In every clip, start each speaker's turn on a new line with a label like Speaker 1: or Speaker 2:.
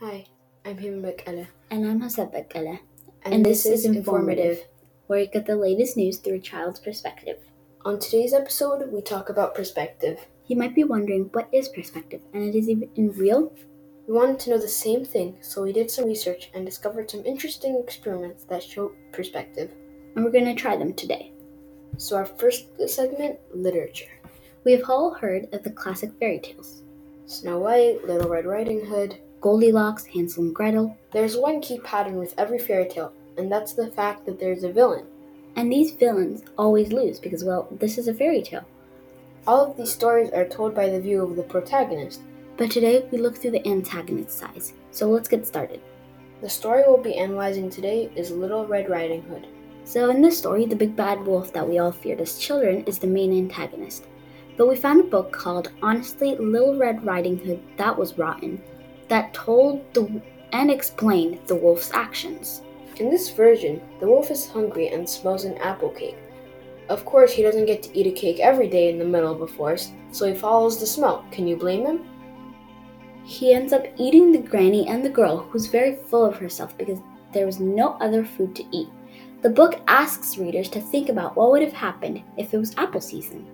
Speaker 1: Hi, I'm Hima Bekele,
Speaker 2: And I'm Hassan Bekele,
Speaker 1: and, this, is informative.
Speaker 2: where you get the latest news through a child's perspective.
Speaker 1: On today's episode, we talk about perspective.
Speaker 2: You might be wondering what is perspective, and it is even real.
Speaker 1: We wanted to know the same thing, so we did some research and discovered some interesting experiments that show perspective.
Speaker 2: And we're going to try them today.
Speaker 1: So, our first segment literature
Speaker 2: We have all heard of the classic fairy tales
Speaker 1: Snow White, Little Red Riding Hood.
Speaker 2: Goldilocks, Hansel and Gretel,
Speaker 1: There's one key pattern with every fairy tale, and that's the fact that there's a villain.
Speaker 2: and these villains always lose because, well, this is a fairy tale.
Speaker 1: All of these stories are told by the view of the protagonist.
Speaker 2: But today we look through the antagonist's eyes. So let's get started.
Speaker 1: The story we'll be analyzing today is Little Red Riding Hood.
Speaker 2: So, in this story, the big bad wolf that we all feared as children is the main antagonist. But we found a book called Honestly, Little Red Riding Hood That Was Rotten that told the and explained the wolf's actions.
Speaker 1: In this version, the wolf is hungry and smells an apple cake. Of course, he doesn't get to eat a cake every day in the middle of a forest, so he follows the smell. Can you blame him?
Speaker 2: He ends up eating the granny and the girl, who's very full of herself because there was no other food to eat. The book asks readers to think about what would have happened if it was apple season.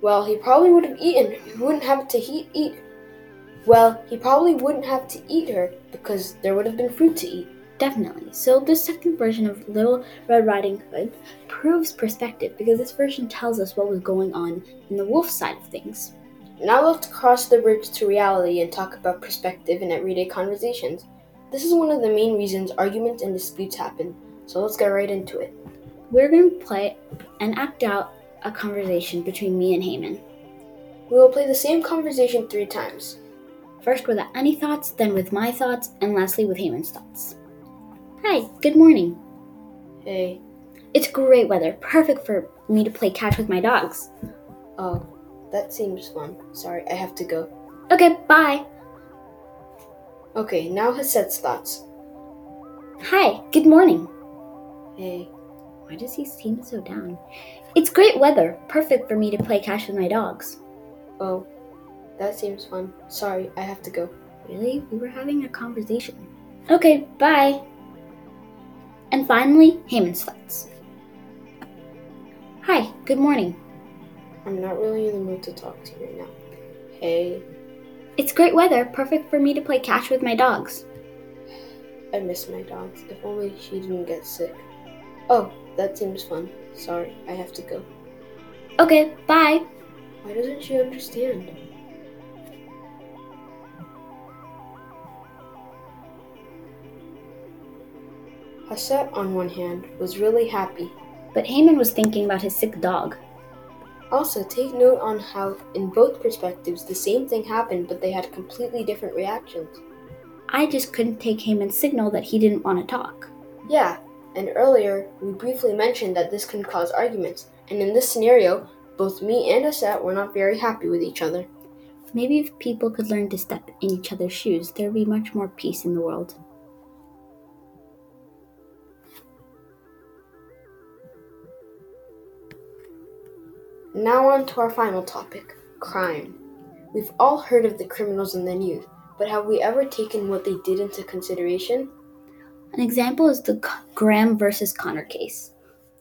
Speaker 1: Well, he probably would have eaten. He wouldn't have to he- eat. Well, he probably wouldn't have to eat her because there would have been fruit to eat.
Speaker 2: Definitely. So this second version of Little Red Riding Hood proves perspective because this version tells us what was going on in the wolf side of things.
Speaker 1: Now let's cross the bridge to reality and talk about perspective in everyday conversations. This is one of the main reasons arguments and disputes happen, so let's get right into it.
Speaker 2: We're going to play and act out a conversation between me and Haman.
Speaker 1: We will play the same conversation three times.
Speaker 2: First with any thoughts, then with my thoughts, and lastly with Haman's thoughts. Hi, good morning.
Speaker 1: Hey,
Speaker 2: It's great weather, perfect for me to play catch with my dogs.
Speaker 1: Oh, that seems fun. Sorry, I have to go.
Speaker 2: Okay, bye.
Speaker 1: Okay, now Haset's thoughts.
Speaker 2: Hi, good morning.
Speaker 1: Hey,
Speaker 2: Why does he seem so down? It's great weather, perfect for me to play catch with my dogs.
Speaker 1: oh, that seems fun. Sorry, I have to go.
Speaker 2: Really? We were having a conversation. Okay, bye. And finally, Haman's thoughts. Hi, good morning.
Speaker 1: I'm not really in the mood to talk to you right now. Hey,
Speaker 2: It's great weather, perfect for me to play catch with my dogs.
Speaker 1: I miss my dogs. If only she didn't get sick. Oh, that seems fun. Sorry, I have to go.
Speaker 2: Okay, bye.
Speaker 1: Why doesn't she understand? Haset, on one hand, was really happy
Speaker 2: But Haman was thinking about his sick dog.
Speaker 1: Also, take note on how, in both perspectives, the same thing happened, but they had completely different reactions.
Speaker 2: I just couldn't take Haman's signal that he didn't want to talk.
Speaker 1: Yeah, and earlier, we briefly mentioned that this can cause arguments, and in this scenario, both me and Aset were not very happy with each other.
Speaker 2: Maybe if people could learn to step in each other's shoes, there'd be much more peace in the world.
Speaker 1: Now, on to our final topic crime. We've all heard of the criminals in the news, but have we ever taken what they did into consideration?
Speaker 2: An example is the C- Graham versus Connor case.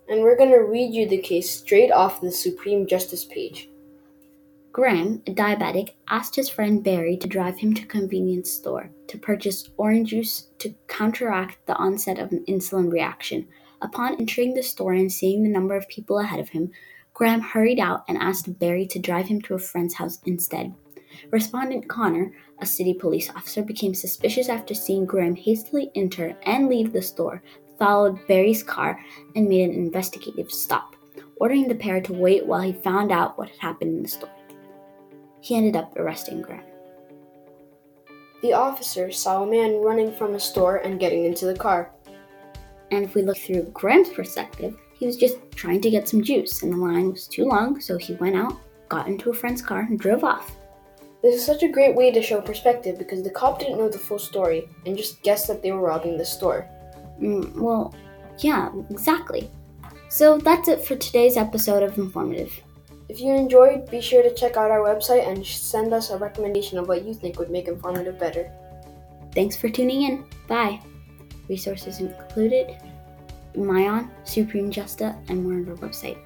Speaker 1: And we're going to read you the case straight off the Supreme Justice page.
Speaker 2: Graham, a diabetic, asked his friend Barry to drive him to a convenience store to purchase orange juice to counteract the onset of an insulin reaction. Upon entering the store and seeing the number of people ahead of him, Graham hurried out and asked Barry to drive him to a friend's house instead. Respondent Connor, a city police officer, became suspicious after seeing Graham hastily enter and leave the store, followed Barry's car, and made an investigative stop, ordering the pair to wait while he found out what had happened in the store he ended up arresting Graham.
Speaker 1: The officer saw a man running from a store and getting into the car.
Speaker 2: And if we look through Graham's perspective, he was just trying to get some juice, and the line was too long, so he went out, got into a friend's car, and drove off.
Speaker 1: This is such a great way to show perspective because the cop didn't know the full story and just guessed that they were robbing the store.
Speaker 2: Mm, well, yeah, exactly. So that's it for today's episode of Informative.
Speaker 1: If you enjoyed, be sure to check out our website and sh- send us a recommendation of what you think would make informative better.
Speaker 2: Thanks for tuning in. Bye. Resources included Mayon, Supreme Justa, and more on our website.